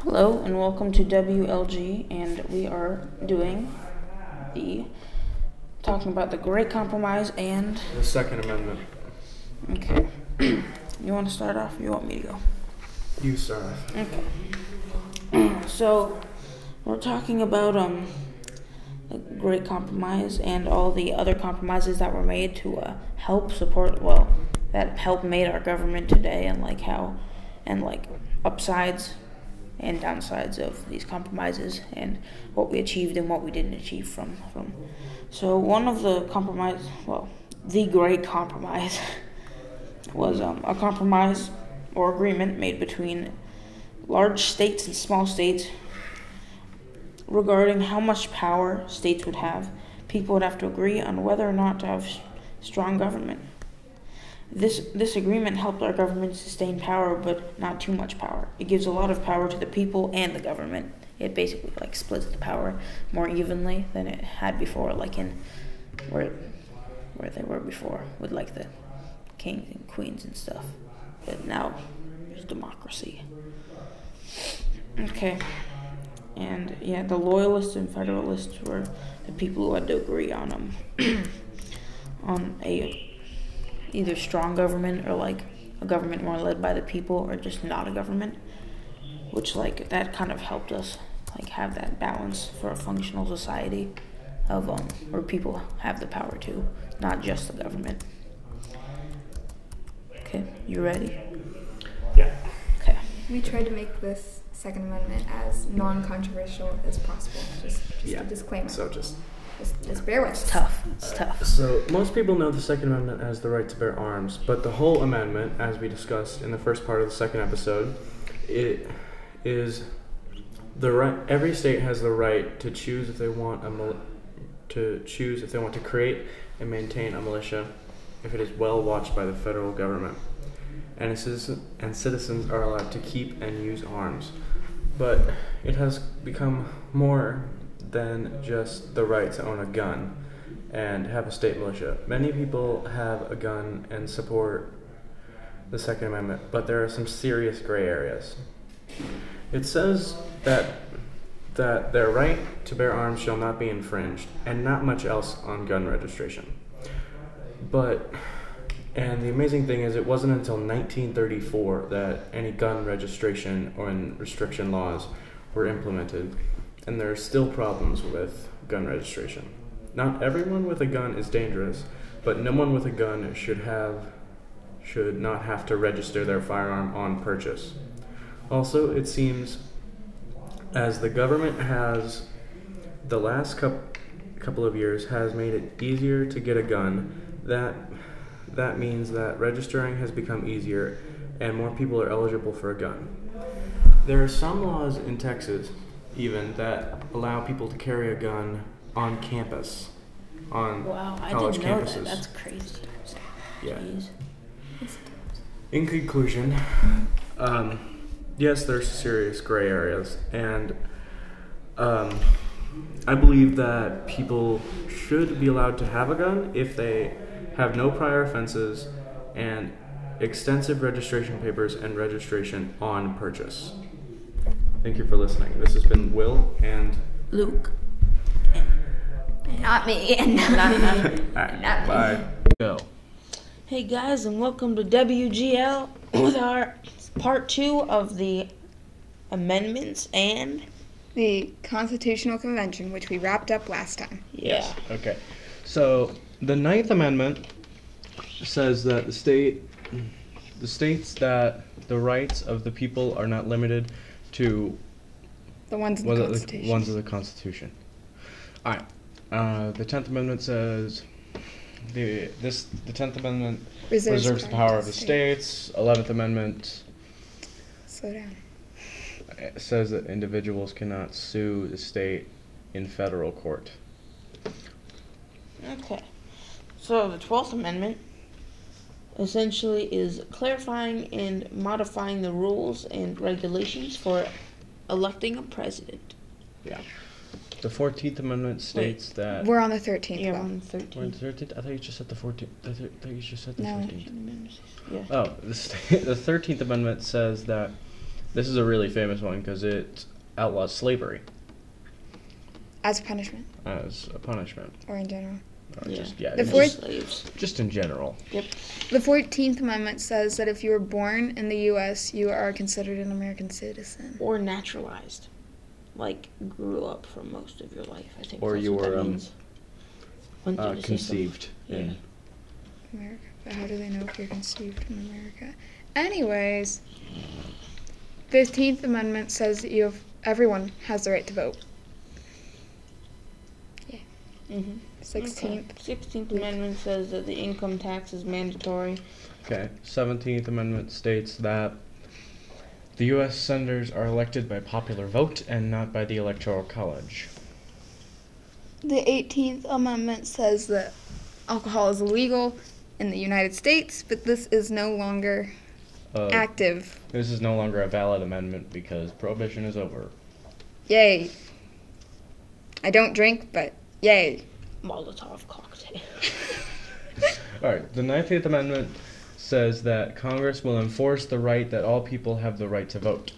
Hello and welcome to WLG, and we are doing the talking about the Great Compromise and The Second Amendment. okay. you want to start off? Or you want me to go? You, sir. So we're talking about um the Great Compromise and all the other compromises that were made to uh, help support well that help made our government today and like how and like upsides and downsides of these compromises and what we achieved and what we didn't achieve from from so one of the compromise well the Great Compromise was um, a compromise or agreement made between large states and small states regarding how much power states would have. People would have to agree on whether or not to have s- strong government. This this agreement helped our government sustain power, but not too much power. It gives a lot of power to the people and the government. It basically like splits the power more evenly than it had before, like in where where they were before with like the kings and queens and stuff. But now there's democracy. Okay. And yeah, the loyalists and federalists were the people who had to agree on um on a either strong government or like a government more led by the people or just not a government, which like that kind of helped us like have that balance for a functional society of um where people have the power to, not just the government. Okay, you ready? Yeah. Okay. We tried to make this Second Amendment as non-controversial as possible. Just, just Yeah. a disclaimer. So just. just, just bear with It's us. tough. It's tough. So most people know the Second Amendment as the right to bear arms, but the whole amendment, as we discussed in the first part of the second episode, it is the right. Every state has the right to choose if they want a mil- to choose if they want to create and maintain a militia, if it is well watched by the federal government, and a citizen and citizens are allowed to keep and use arms. But it has become more than just the right to own a gun and have a state militia. Many people have a gun and support the Second Amendment, but there are some serious gray areas. It says that that their right to bear arms shall not be infringed, and not much else on gun registration. But and the amazing thing is, it wasn't until 1934 that any gun registration or and restriction laws were implemented, and there are still problems with gun registration. Not everyone with a gun is dangerous, but no one with a gun should have should not have to register their firearm on purchase. Also, it seems as the government has the last cup, couple of years has made it easier to get a gun, that that means that registering has become easier and more people are eligible for a gun. There are some laws in Texas even that allow people to carry a gun on campus. On Wow, I college didn't know campuses. that. That's crazy. yeah. Jeez. In conclusion, um, yes, there's serious gray areas, and um, I believe that people should be allowed to have a gun if they have no prior offenses and extensive registration papers and registration on purchase. Thank you for listening. This has been Will and. Luke. Not me. Not me. Not me. Bye. Go. Hey guys, and welcome to WGL with our part two of the amendments and The Constitutional Convention, which we wrapped up last time. yeah, Okay. So the Ninth Amendment says that the state, the states that the rights of the people are not limited to The ones in one the of the Constitution. ones of the Constitution. All right. Uh, the Tenth Amendment says the this the Tenth Amendment reserves, reserves the power of the states. Eleventh Amendment Slow down. uh, says that individuals cannot sue the state in federal court. Okay. So the Twelfth Amendment essentially is clarifying and modifying the rules and regulations for electing a president. The Fourteenth Amendment states that We're on the 13th. Yeah, Will. on We're on the thirteenth. 13th? I thought you just said the 14th. I thi- I thought you just said the No. Uh, 15th. Oh, the, st- the 13th Amendment says that This is a really famous one because it outlaws slavery As punishment as a punishment. or in general. Or Yeah. Just, yeah The just- fourth- slaves. just in general. The 14th Amendment says that if you were born in the U.S., you are considered an American citizen. or naturalized, like grew up for most of your life. I think. Or that's you what that were, um, means. Went through Uh, the system. conceived in. America. But how do they know if you're conceived in America? Anyways, 15th Amendment says that you have, everyone has the right to vote. Mhm. 16th. Sixteenth Amendment says that the income tax is mandatory. Okay. Seventeenth Amendment states that the U.S. senators are elected by popular vote and not by the Electoral College. The 18th Amendment says that alcohol is illegal in the United States, but this is no longer Uh, active. This is no longer a valid amendment because prohibition is over. Yay. I don't drink, but yay. Molotov cocktail. All right, the 19th Amendment says that Congress will enforce the right that all people have the right to vote.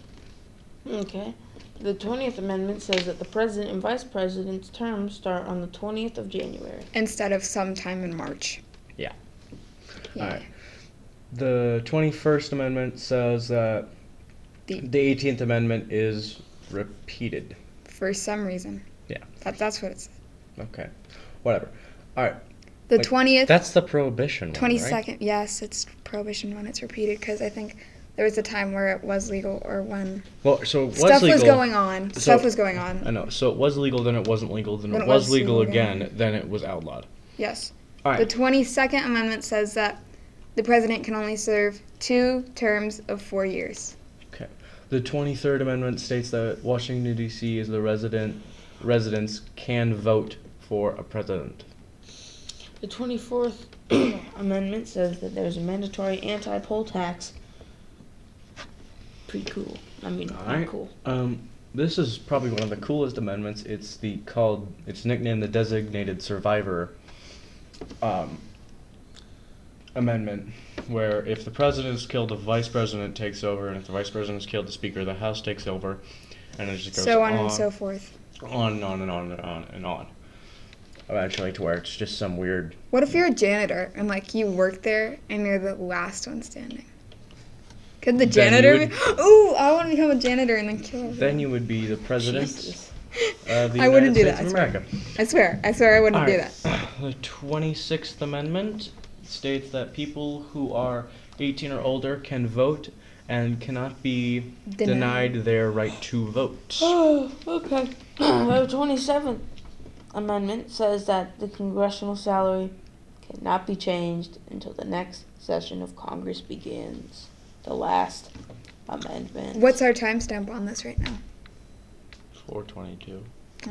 Okay. The twentieth Amendment says that the president and vice president's terms start on the twentieth of January. Instead of sometime in March. Yeah. Yeah. All right. The 21st Amendment says that The- the, 18th Amendment is repeated. For some reason. Yeah. That, that's what it's. Okay, whatever. All right, The Like, 20th, that's the prohibition. one, right? 22nd. Yes, it's prohibition when it's repeated because I think there was a time where it was legal or when Well, so it was stuff legal. was going on. So- stuff was going on. I know. So it was legal, then it wasn't legal, then, it was, legal again, then it was outlawed. Yes. All The right. 22nd Amendment says that the president can only serve two terms of four years. The 23rd Amendment states that Washington D.C. is the resident residents can vote for a president. The twenty-fourth Amendment says that there's a mandatory anti-poll tax. Pretty cool. I mean, not Alright. cool. Um, this is probably one of the coolest amendments. It's the called it's nicknamed the designated survivor um, amendment, where if the president is killed, the vice president takes over, and if the vice president is killed, the speaker of the house takes over, and it just goes So on and so forth. on and on and on and on and on. Eventually, to where it's just some weird What if you're a janitor and like you work there and you're the last one standing? Could the Then you janitor would- be, ooh, I want to become a janitor and then kill everyone. Then you would be the president Jesus. of the I United wouldn't do States that, of I swear. America. I swear, I swear I wouldn't do that. The Twenty-sixth Amendment states that people who are eighteen or older can vote and cannot be Denied. denied, their right to vote. Oh, okay. the 27th Amendment says that the congressional salary cannot be changed until the next session of Congress begins. The last amendment. What's our timestamp on this right now? Four twenty-two.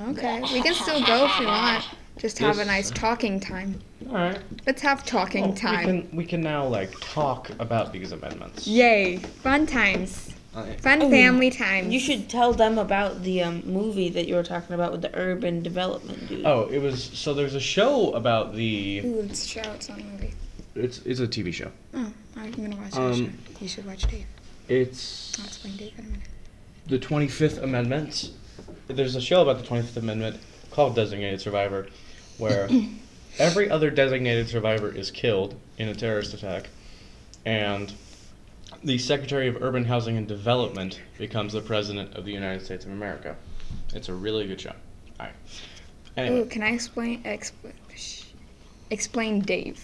Okay, we can still go if we want. Just have a Yes. nice talking time. All right. Let's have talking Oh, Well, time. We can we can now like talk about these amendments. Yay! Fun times. All right. Fun Oh, family times. You should tell them about the um, movie that you were talking about with the urban development dude. Oh, it was so. There's a show about the. Ooh, it's show. It's not a movie. It's it's a TV show. Oh, I'm gonna watch it. Um, You should watch Dave. It's. I'll explain Dave in a minute. the 25th Amendment. There's a show about the 25th Amendment called Designated Survivor, where every other designated survivor is killed in a terrorist attack, and the Secretary of Urban Housing and Development becomes the President of the United States of America. It's a really good show. All right. Ooh, Anyway, can I explain? Explain. Shh. Explain Dave,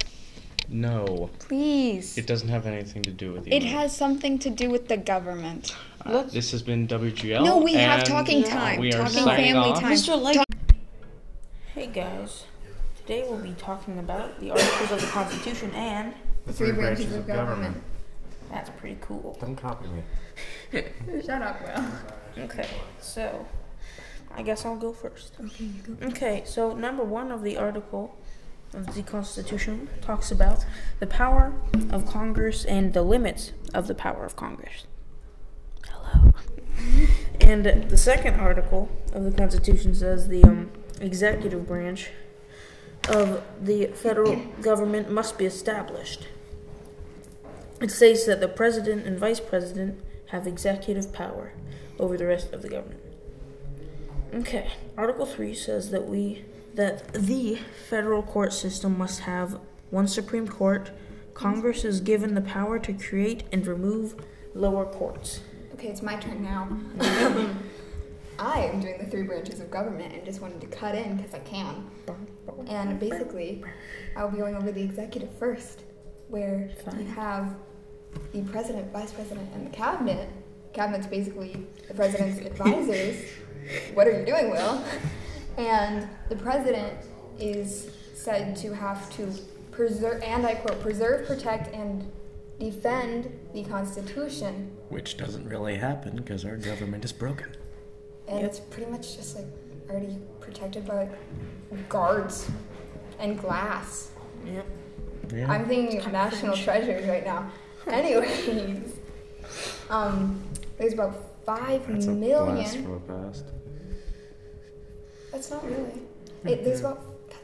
no, please. it doesn't have anything to do with the. It amendment. has something to do with the government. All right, this has been WGL. No, we have and talking Yeah. time. we are talking signing family off. time. Mr. Light- Talk- Hey guys, today we'll be talking about the Articles of the Constitution, and the three branches of government. that's pretty cool. Don't copy me. Shut up, Will. Okay, so I guess I'll go first. Okay, you go. Okay, so number one of the article of the Constitution talks about the power of Congress and the limits of the power of Congress. Hello. and the second article of the Constitution says the um, executive branch of the federal government must be established. It states that the president and vice president have executive power over the rest of the government. Okay, Article 3 says that we that the federal court system must have one Supreme Court. Congress is given the power to create and remove lower courts. Okay, it's my turn now. I am doing the three branches of government and just wanted to cut in because I can. And basically, I'll be going over the executive first, where Fine. you have the president, vice president, and the cabinet. Cabinet's basically the president's advisors. What are you doing, Will? And the president is said to have to preserve, and I quote, preserve, protect, and defend the Constitution Which doesn't really happen because our government is broken. and it's pretty much just like already protected by like guards and glass. Yep. Yeah. I'm thinking of national treasures right now. Anyways, um, there's about five million. That's a blast from the past. That's not really. It, there's about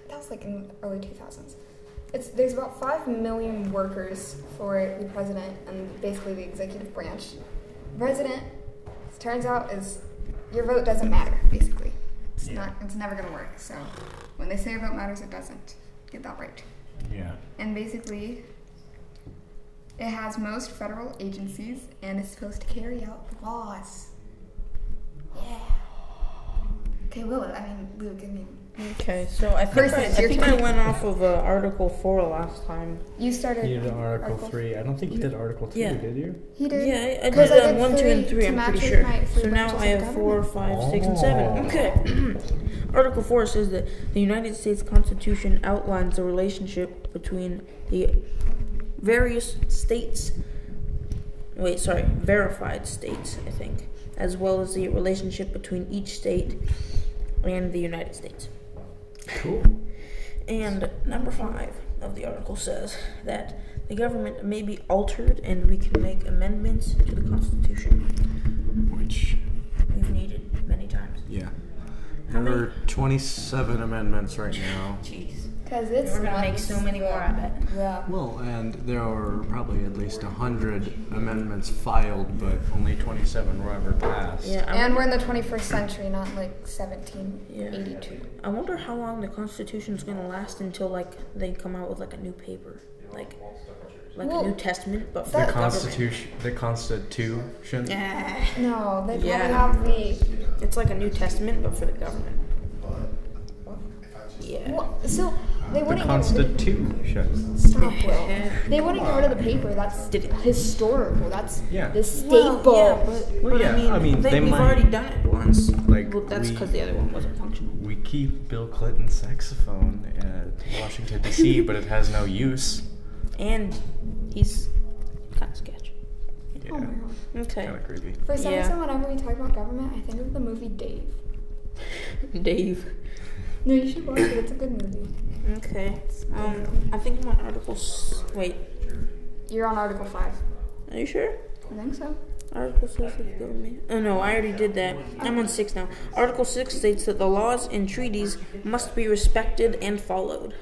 that was like in the early 2000s. It's there's about five million workers for the president and basically the executive branch. President, it turns out, is your vote doesn't matter. Basically, it's not. It's never gonna work. So when they say your vote matters, it doesn't. Get that right. Yeah. And basically, it has most federal agencies and is supposed to carry out the laws. Yeah. Okay, Will. I mean, Lou, give me Okay, so I think, I, I Versus your think I turn. went off of uh, Article 4 last time. You started. You did Article Article- 3. I don't think you did Article 2, Yeah. did you? He did. Yeah, I, I 'Cause did I um, did 1, 2, and three 3, to I'm match pretty with sure. my three So now branches I of have four, five, six, and 7. Oh. Okay. Article 4 says that the United States Constitution outlines the relationship between the various states. Wait, sorry, verified states, I think, as well as the relationship between each state and the United States. Cool. And number five of the article says that the government may be altered and we can make amendments to the Constitution. Which, We've needed many times. yeah. How There many- are 27 amendments right now. Jeez. Cause it's. We're gonna make so many more, I bet. Yeah. Well, and there were probably at least 100 amendments filed, but only 27 were ever passed. Yeah. I And wonder- we're in the 21st century, not like 1782. I wonder how long the Constitution's gonna last until like they come out with like a new paper, like like Well, a New Testament, but for that- the The government. Constitution. The Constitution. Yeah. No, they probably Yeah. have the. It's like a New Testament, but for the government. Yeah. Well, so they The wouldn't get rid Constitution. of, stop, Will. They wouldn't get rid of the paper. That's Did it- historical. That's Yeah. the Well, staple. yeah, but, Well, but yeah, I mean, I mean, they, they we've might- already done it once. Like, well, that's we- because the other one wasn't functional. We keep Bill Clinton's saxophone at Washington, D.C., but it has no use. And he's kind of sketch. Yeah. Oh my God. Okay. Kind of creepy. For some Yeah. reason, whenever we talk about government, I think of the movie Dave. Dave. No, you should watch it. It's a good movie. Okay. Um, I think my article's. Wait. You're on Article Five. Are you sure? I think so. Article 6 of the government. Oh no, I already did that. I'm on 6 now. Article 6 states that the laws and treaties must be respected and followed.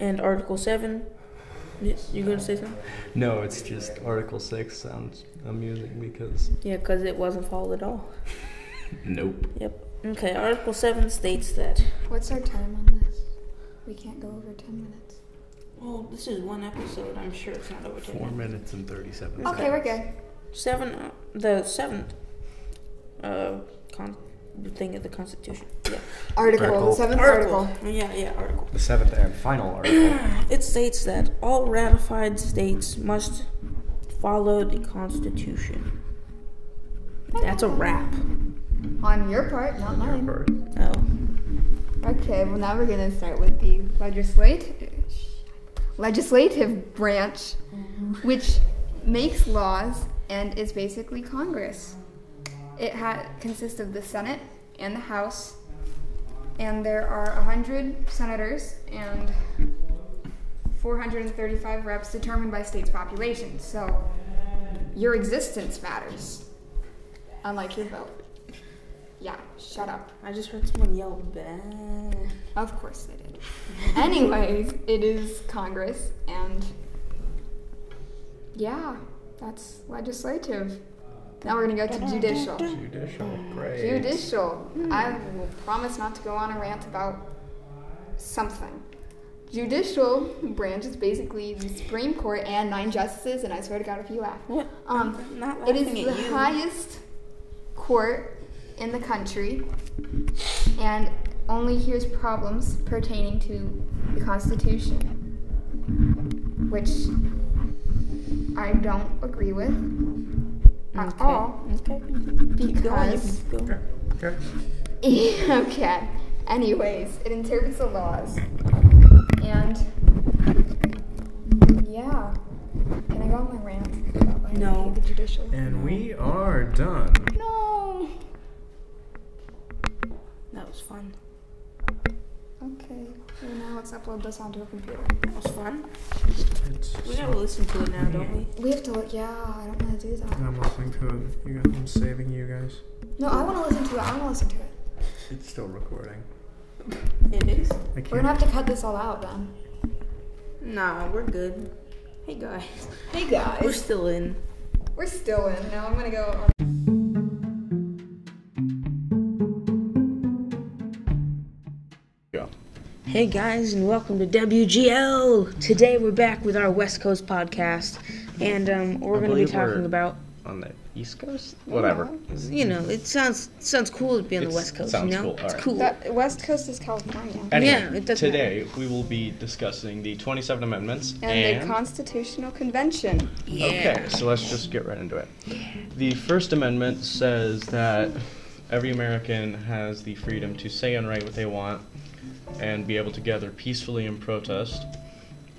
And Article 7. Yes, You gonna say something? No, it's just Article 6 sounds amusing because. Yeah, because it wasn't followed at all. Nope. Yep. Okay, Article 7 states that. What's our time on this? We can't go over 10 minutes. Well, this is one episode. I'm sure it's not over 10 Four minutes and 37 seconds. Okay, we're good. Seven, uh, the seventh uh, con- thing of the Constitution. Yeah. Article, Article. the seventh article. Yeah, yeah, article. The seventh and final article. It states that all ratified states must follow the Constitution. That's a wrap. On your part, not mine. Or- Oh. Okay, well, now we're going to start with the legislative, legislative branch, which makes laws and is basically Congress. It ha- consists of the Senate and the House, and there are 100 senators and 435 reps determined by states' population. So your existence matters, unlike your vote. Yeah, shut up. I just heard someone yell, "Bah." Of course they did. Anyways, it is Congress, and yeah, That's legislative. Now we're gonna go to judicial. Judicial, great. Judicial. I will promise not to go on a rant about something. Judicial branch is basically the Supreme Court and nine justices, and I swear to God, if you laugh, What? um, I'm not it is laughing the at you. highest court in the country, and only hears problems pertaining to the Constitution, which I don't agree with at Okay. all. Okay. Keep going. You Because can go. Okay. okay. Anyways, it interprets the laws. And yeah. Can I go on my rant about why I No. hate the judicial? And we are done. No. That was fun. Okay. And now let's upload this onto a computer. That was fun. It's We gotta listen to it now, don't we? We have to look. Yeah, I don't want to do that. I'm listening to it. You guys, I'm saving you guys. No, I want to listen to it. I want to listen to it. It's still recording. It is. I We're can't. gonna have to cut this all out then. No, we're good. Hey guys, Hey we're guys, still in. we're still in. Now I'm gonna go. on Yeah. Hey guys, and welcome to WGL. Today we're back with our West Coast podcast, and um, we're I gonna be believe we're- talking about. On the East Coast? Whatever. You know, it sounds sounds cool to be on the It's- West Coast. sounds you know, cool, it's alright. cool. That West Coast is California. Anyway, Yeah, it doesn't today we will be discussing the 27 amendments and, And the Constitutional Convention. yeah. Okay, so let's just get right into it. The First Amendment says that every American has the freedom to say and write what they want and be able to gather peacefully and protest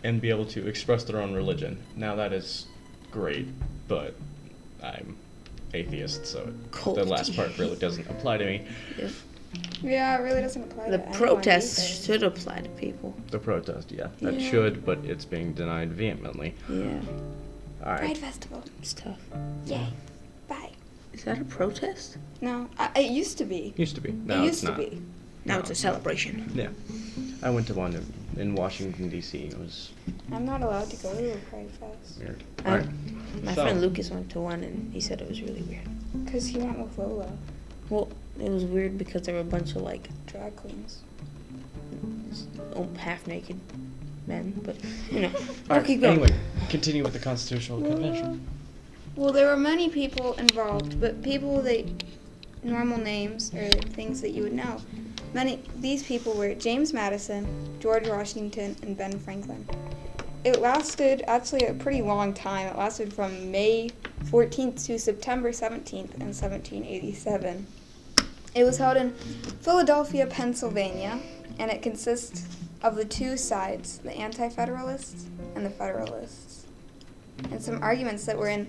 and be able to express their own religion. Now, that is great, but I'm atheist, so Cold. the last part really doesn't apply to me. Yeah, it really doesn't apply The to anyone protests either. should apply to people. The protest, yeah, that Yeah. should, but it's being denied vehemently. Yeah, All right. Pride Festival. it's tough. Yay. Bye. Is that a protest? No, I, it used to be. Used to be. No, it it's used to not. be. Now it's a celebration. Yeah. I went to one in- in Washington, D.C. It was I'm not allowed to go to a Pride Fest. weird. I- All right. My So- friend Lucas went to one, and he said it was really weird. Because he went with Lola, Well, it was weird because there were a bunch of like drag queens. oh, half naked men, but you know. All right, Okay, go. Anyway, continue with the Constitutional Convention. Well, there were many people involved, but people that normal names or things that you would know. Many these people were James Madison, George Washington, and Ben Franklin. It lasted actually a pretty long time. It lasted from May 14th to September 17th in 1787. It was held in Philadelphia, Pennsylvania, and it consists of the two sides, the Anti-Federalists and the Federalists and some arguments that were in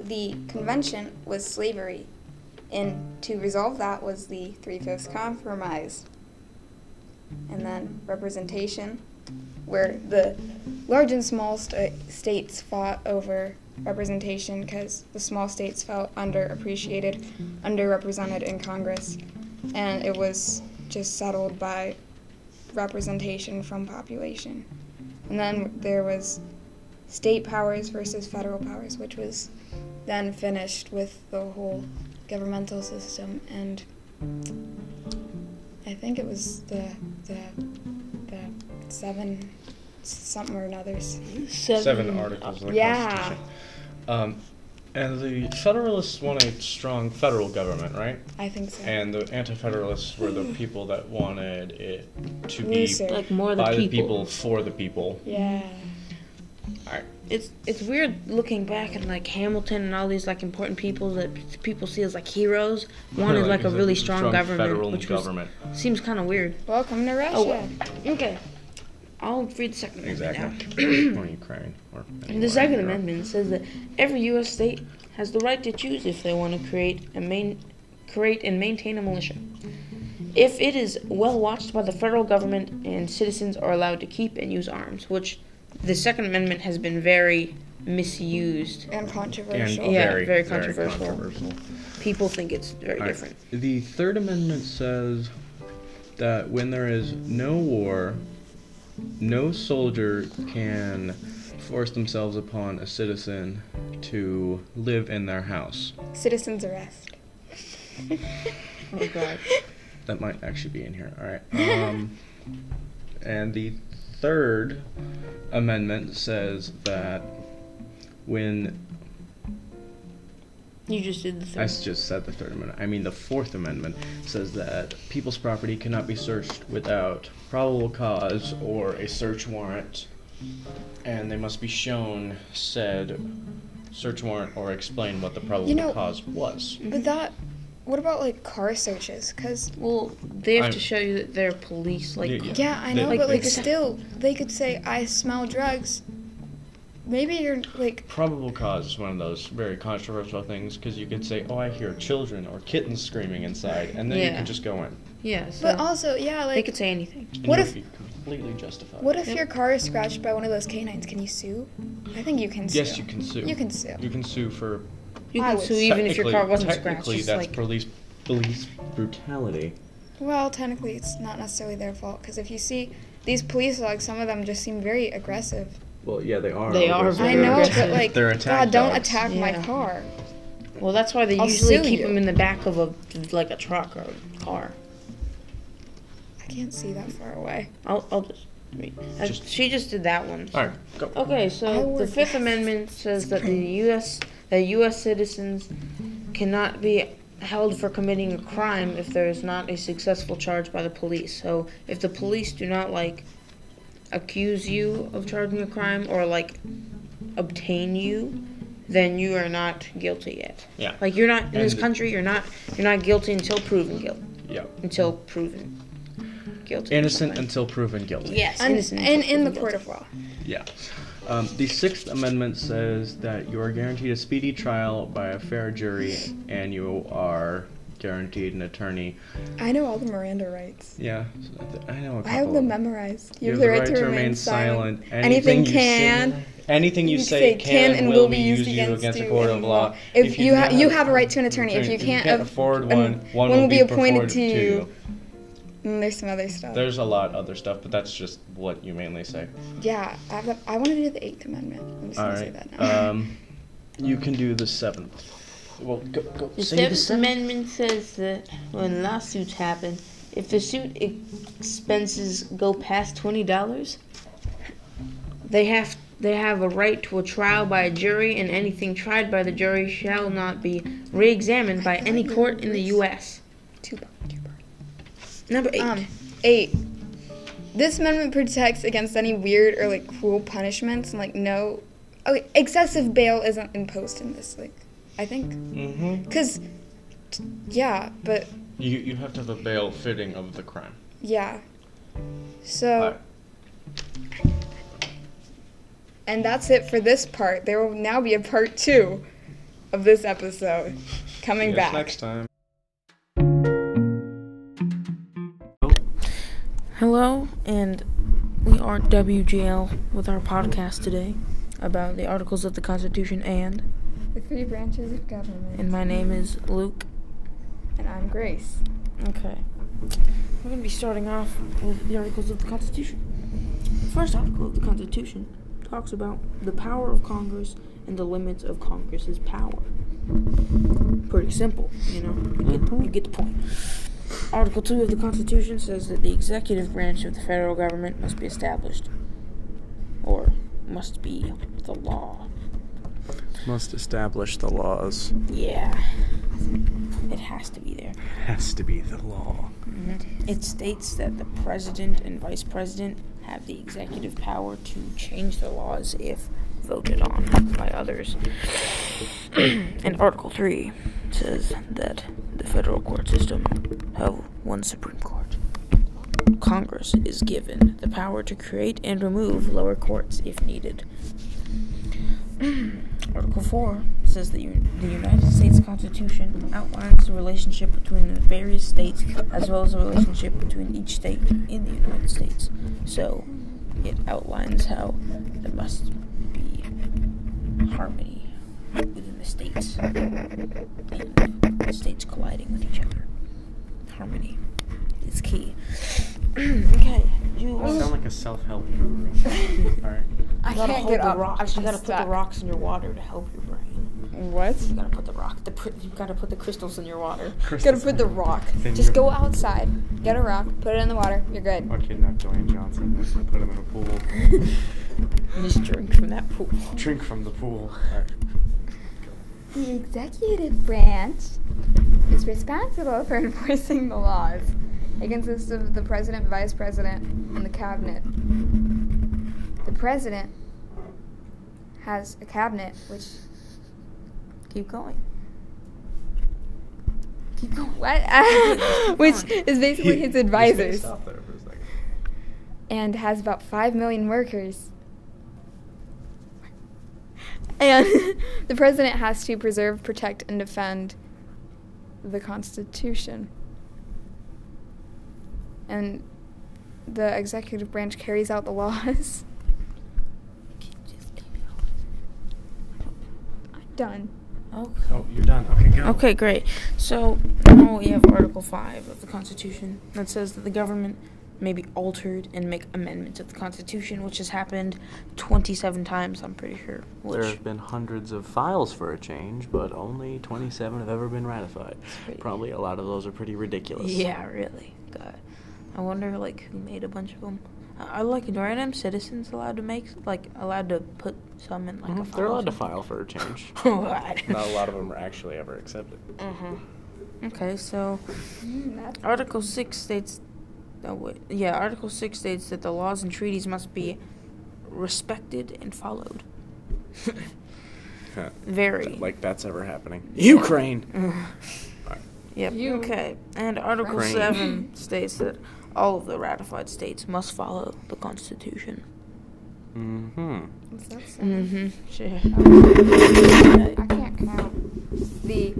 the convention was slavery, and to resolve that was the Three Fifths Compromise. And then representation, where the large and small sta states fought over representation because the small states felt underappreciated, underrepresented in Congress, and it was just settled by representation from population. And then there was state powers versus federal powers, which was then finished with the whole governmental system. And I think it was the the the seven something or another's. Seven, Seven articles of the Yeah. Constitution. Um, and the Federalists want a strong federal government, right? I think so. And the Anti-Federalists were the people that wanted it to Looser. Like more be the by people. the people for the people. yeah. All right. It's it's weird looking back at like Hamilton and all these like important people that p- people see as like heroes wanted like, a really strong, government, federal which government. Was, seems kind of weird. Welcome to Russia. Oh, well. Okay, I'll read the second amendment now. exactly. or Ukraine. Or The anywhere Second in Europe. Amendment says that every U.S. state has the right to choose if they want to create and main, create and maintain a militia. If it is well watched by the federal government and citizens are allowed to keep and use arms, which the Second Amendment has been very misused. and And controversial. Yeah, very, very very controversial. controversial. People think it's very All right. different. The Third Amendment says that when there is no war, no soldier can force themselves upon a citizen to live in their house. Citizens arrest. Oh god. That might actually be in here. All right. Um, and the third amendment says that when You just did the I thing. s- just said the Third Amendment. I mean, the Fourth Amendment says that people's property cannot be searched without probable cause or a search warrant, and they must be shown said search warrant or explain what the probable know- cause was. Mm-hmm. But that, what about like car searches? Because well, they have I'm- to show you that they're police. Like, Yeah, yeah. yeah, I They- know, like, but like they- still, they could say I smell drugs. Maybe you're like Probable cause is one of those very controversial things because you could say, "Oh, I hear children or kittens screaming inside," and then you Yeah. can just go in. yeah. So But also, yeah, they like, could say anything. And What you if- would be completely justified? what if Yep. your car is scratched by one of those canines? Can you sue? I think you can sue. Yes, you can sue. You can sue. You can sue for You I can would- sue even if your car wasn't scratched. Technically, Just that's like, police police brutality. Well, technically, it's not necessarily their fault because if you see these police dogs, some of them just seem very aggressive. Well, yeah, they are. They are aggressive. I They're know, but aggressive. like, They're attack God, don't dogs. attack my Yeah. car. well, that's why they I'll usually sue keep you. them in the back of a like a truck or a car. I can't see that far away. I'll, I'll just. wait. Uh, Just- she just did that one. All right, go. Okay, I so the work Fifth last. Amendment says that the U.S. that U.S. citizens cannot be held for committing a crime if there is not a successful charge by the police. So if the police do not like accuse you of charging a crime or like obtain you, then you are not guilty yet. Yeah. Like you're not in this And- country. You're not you're not guilty until proven guilt Yeah. until proven guilty. or Innocent something. until proven guilty. yes, And, innocent and until in the proven court guilty. of law. Yeah. Um, the Sixth Amendment says that you are guaranteed a speedy trial by a fair jury, and you are guaranteed an attorney. I know all the Miranda rights. Yeah, so I th- I know a I couple. have them of- memorized. Oh. You have the right to remain silent. Anything Anything you say- can. Anything you say can and will be used against, against a you court in of law. If, you ha- can't you have a right to an attorney. If attorney- you can't, af- afford an- one, one, will be appointed to you. Mm, there's some other stuff. There's a lot of other stuff, but that's just what you mainly say. yeah, I, have, I want to do the Eighth Amendment. I'm just All gonna say right. that now. Um, you can do the seventh. Well, go, go. The say the Seventh seventh. Amendment says that when lawsuits happen, if the suit expenses go past twenty dollars, they have they have a right to a trial by a jury, and anything tried by the jury shall not be re-examined by any court in the U.S. Two bu- two bu- Number eight. Um, eight. This amendment protects against any weird or like cruel punishments and like no, okay, excessive bail isn't imposed in this like, I think, Mm-hmm. cause, t- yeah, but You you have to have a bail fitting of the crime. yeah, so. Alright. And that's it for this part. There will now be a part two of this episode coming See us back. next time. Hello, and we are WGL with our podcast today about the Articles of the Constitution, and The three branches of government. and my name is Luke. And I'm Grace. Okay. We're going to be starting off with the Articles of the Constitution. The first article of the Constitution talks about the power of Congress and the limits of Congress's power. Pretty simple, you know. You get, you get the point. Article 2 of the Constitution says that the executive branch of the federal government must be established, or must be the law. Must establish the laws. Yeah. It has to be there. Has to be the law. It states that the president and vice president have the executive power to change the laws if voted on by others. and Article 3 says that the federal court system have one Supreme Court. Congress is given the power to create and remove lower courts if needed. Article 4 says that you, the United States Constitution outlines the relationship between the various states as well as the relationship between each state in the United States. So it outlines how there must be harmony within the states and the states colliding with each other. Harmony is key. okay, you sound like a self-help guru. All right. I You gotta can't hold get the up. rocks. You I'm gotta put the stuck. rocks in your water to help your brain. What? You gotta put the rock. The pr- you gotta put the crystals in your water. Gotta put the rock. Just go outside, get a rock, put it in the water, you're good. Or kidnap Dwayne Johnson and put him in a pool. And just drink from that pool. Drink from the pool. The executive branch is responsible for enforcing the laws. It consists of the president, vice president, and the cabinet. The president has a cabinet, which Keep going. Keep going. what, which is basically his advisors, Stop there for a second. and has about five million workers. And the president has to preserve, protect, and defend the Constitution. And the executive branch carries out the laws. I'm done. Okay. Oh, you're done. Okay, go. Okay, great. So now we have Article 5 of the Constitution that says that the government may be altered and make amendments of the Constitution, which has happened 27 times, I'm pretty sure. There Which have been hundreds of files for a change, but only 27 have ever been ratified. pretty- Probably a lot of those are pretty ridiculous. Yeah, really. God. I wonder like who made a bunch of them. Are like random citizens allowed to make like allowed to put some in like a Mhm, Mm-hmm. file They're or allowed to something? file for a change. Right. Not a lot of them are actually ever accepted. Okay, so Mm, that's Article 6 states. Oh, wait. Yeah, Article 6 states that the laws and treaties must be respected and followed. Huh. Very. Like that's ever happening. Ukraine! Yep. You- Okay. And Article Crane. 7 states that all of the ratified states must follow the Constitution. Mm-hmm. what's that sound? Mm hmm. Sure. I can't count. The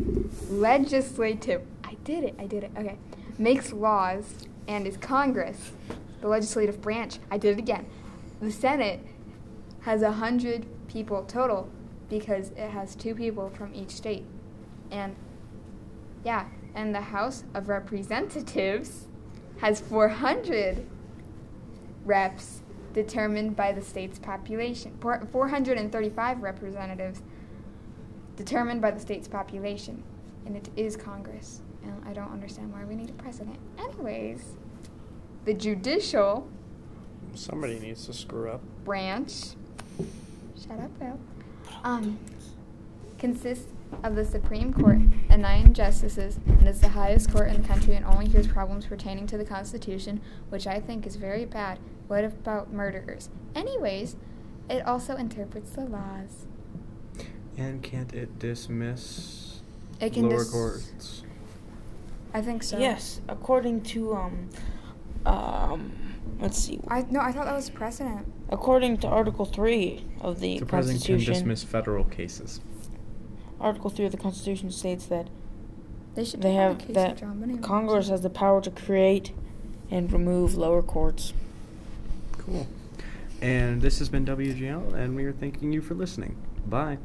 legislative. I did it. I did it. Okay. Makes laws and is Congress, the legislative branch. I did it again. The Senate has a hundred people total because it has two people from each state, and yeah, and the House of Representatives has four hundred reps determined by the state's population. Four- 435 representatives determined by the state's population. And it is Congress. And I don't understand why we need a president. Anyways, the judicial Somebody needs to screw up. branch. Shut up, Will. Um, consists of the Supreme Court and nine justices, and is the highest court in the country and only hears problems pertaining to the Constitution, which I think is very bad. What about murderers? Anyways, it also interprets the laws. And can't it dismiss It can lower dis- courts? I think so. Yes, according to, um, um, let's see. I no, I thought that was precedent. According to Article 3 of the The president can Constitution, dismiss federal cases. Article 3 of the Constitution states that They should. they do have case that John Bonet was. Congress has the power to create and remove lower courts. Cool. And this has been WGL, and we are thanking you for listening. Bye.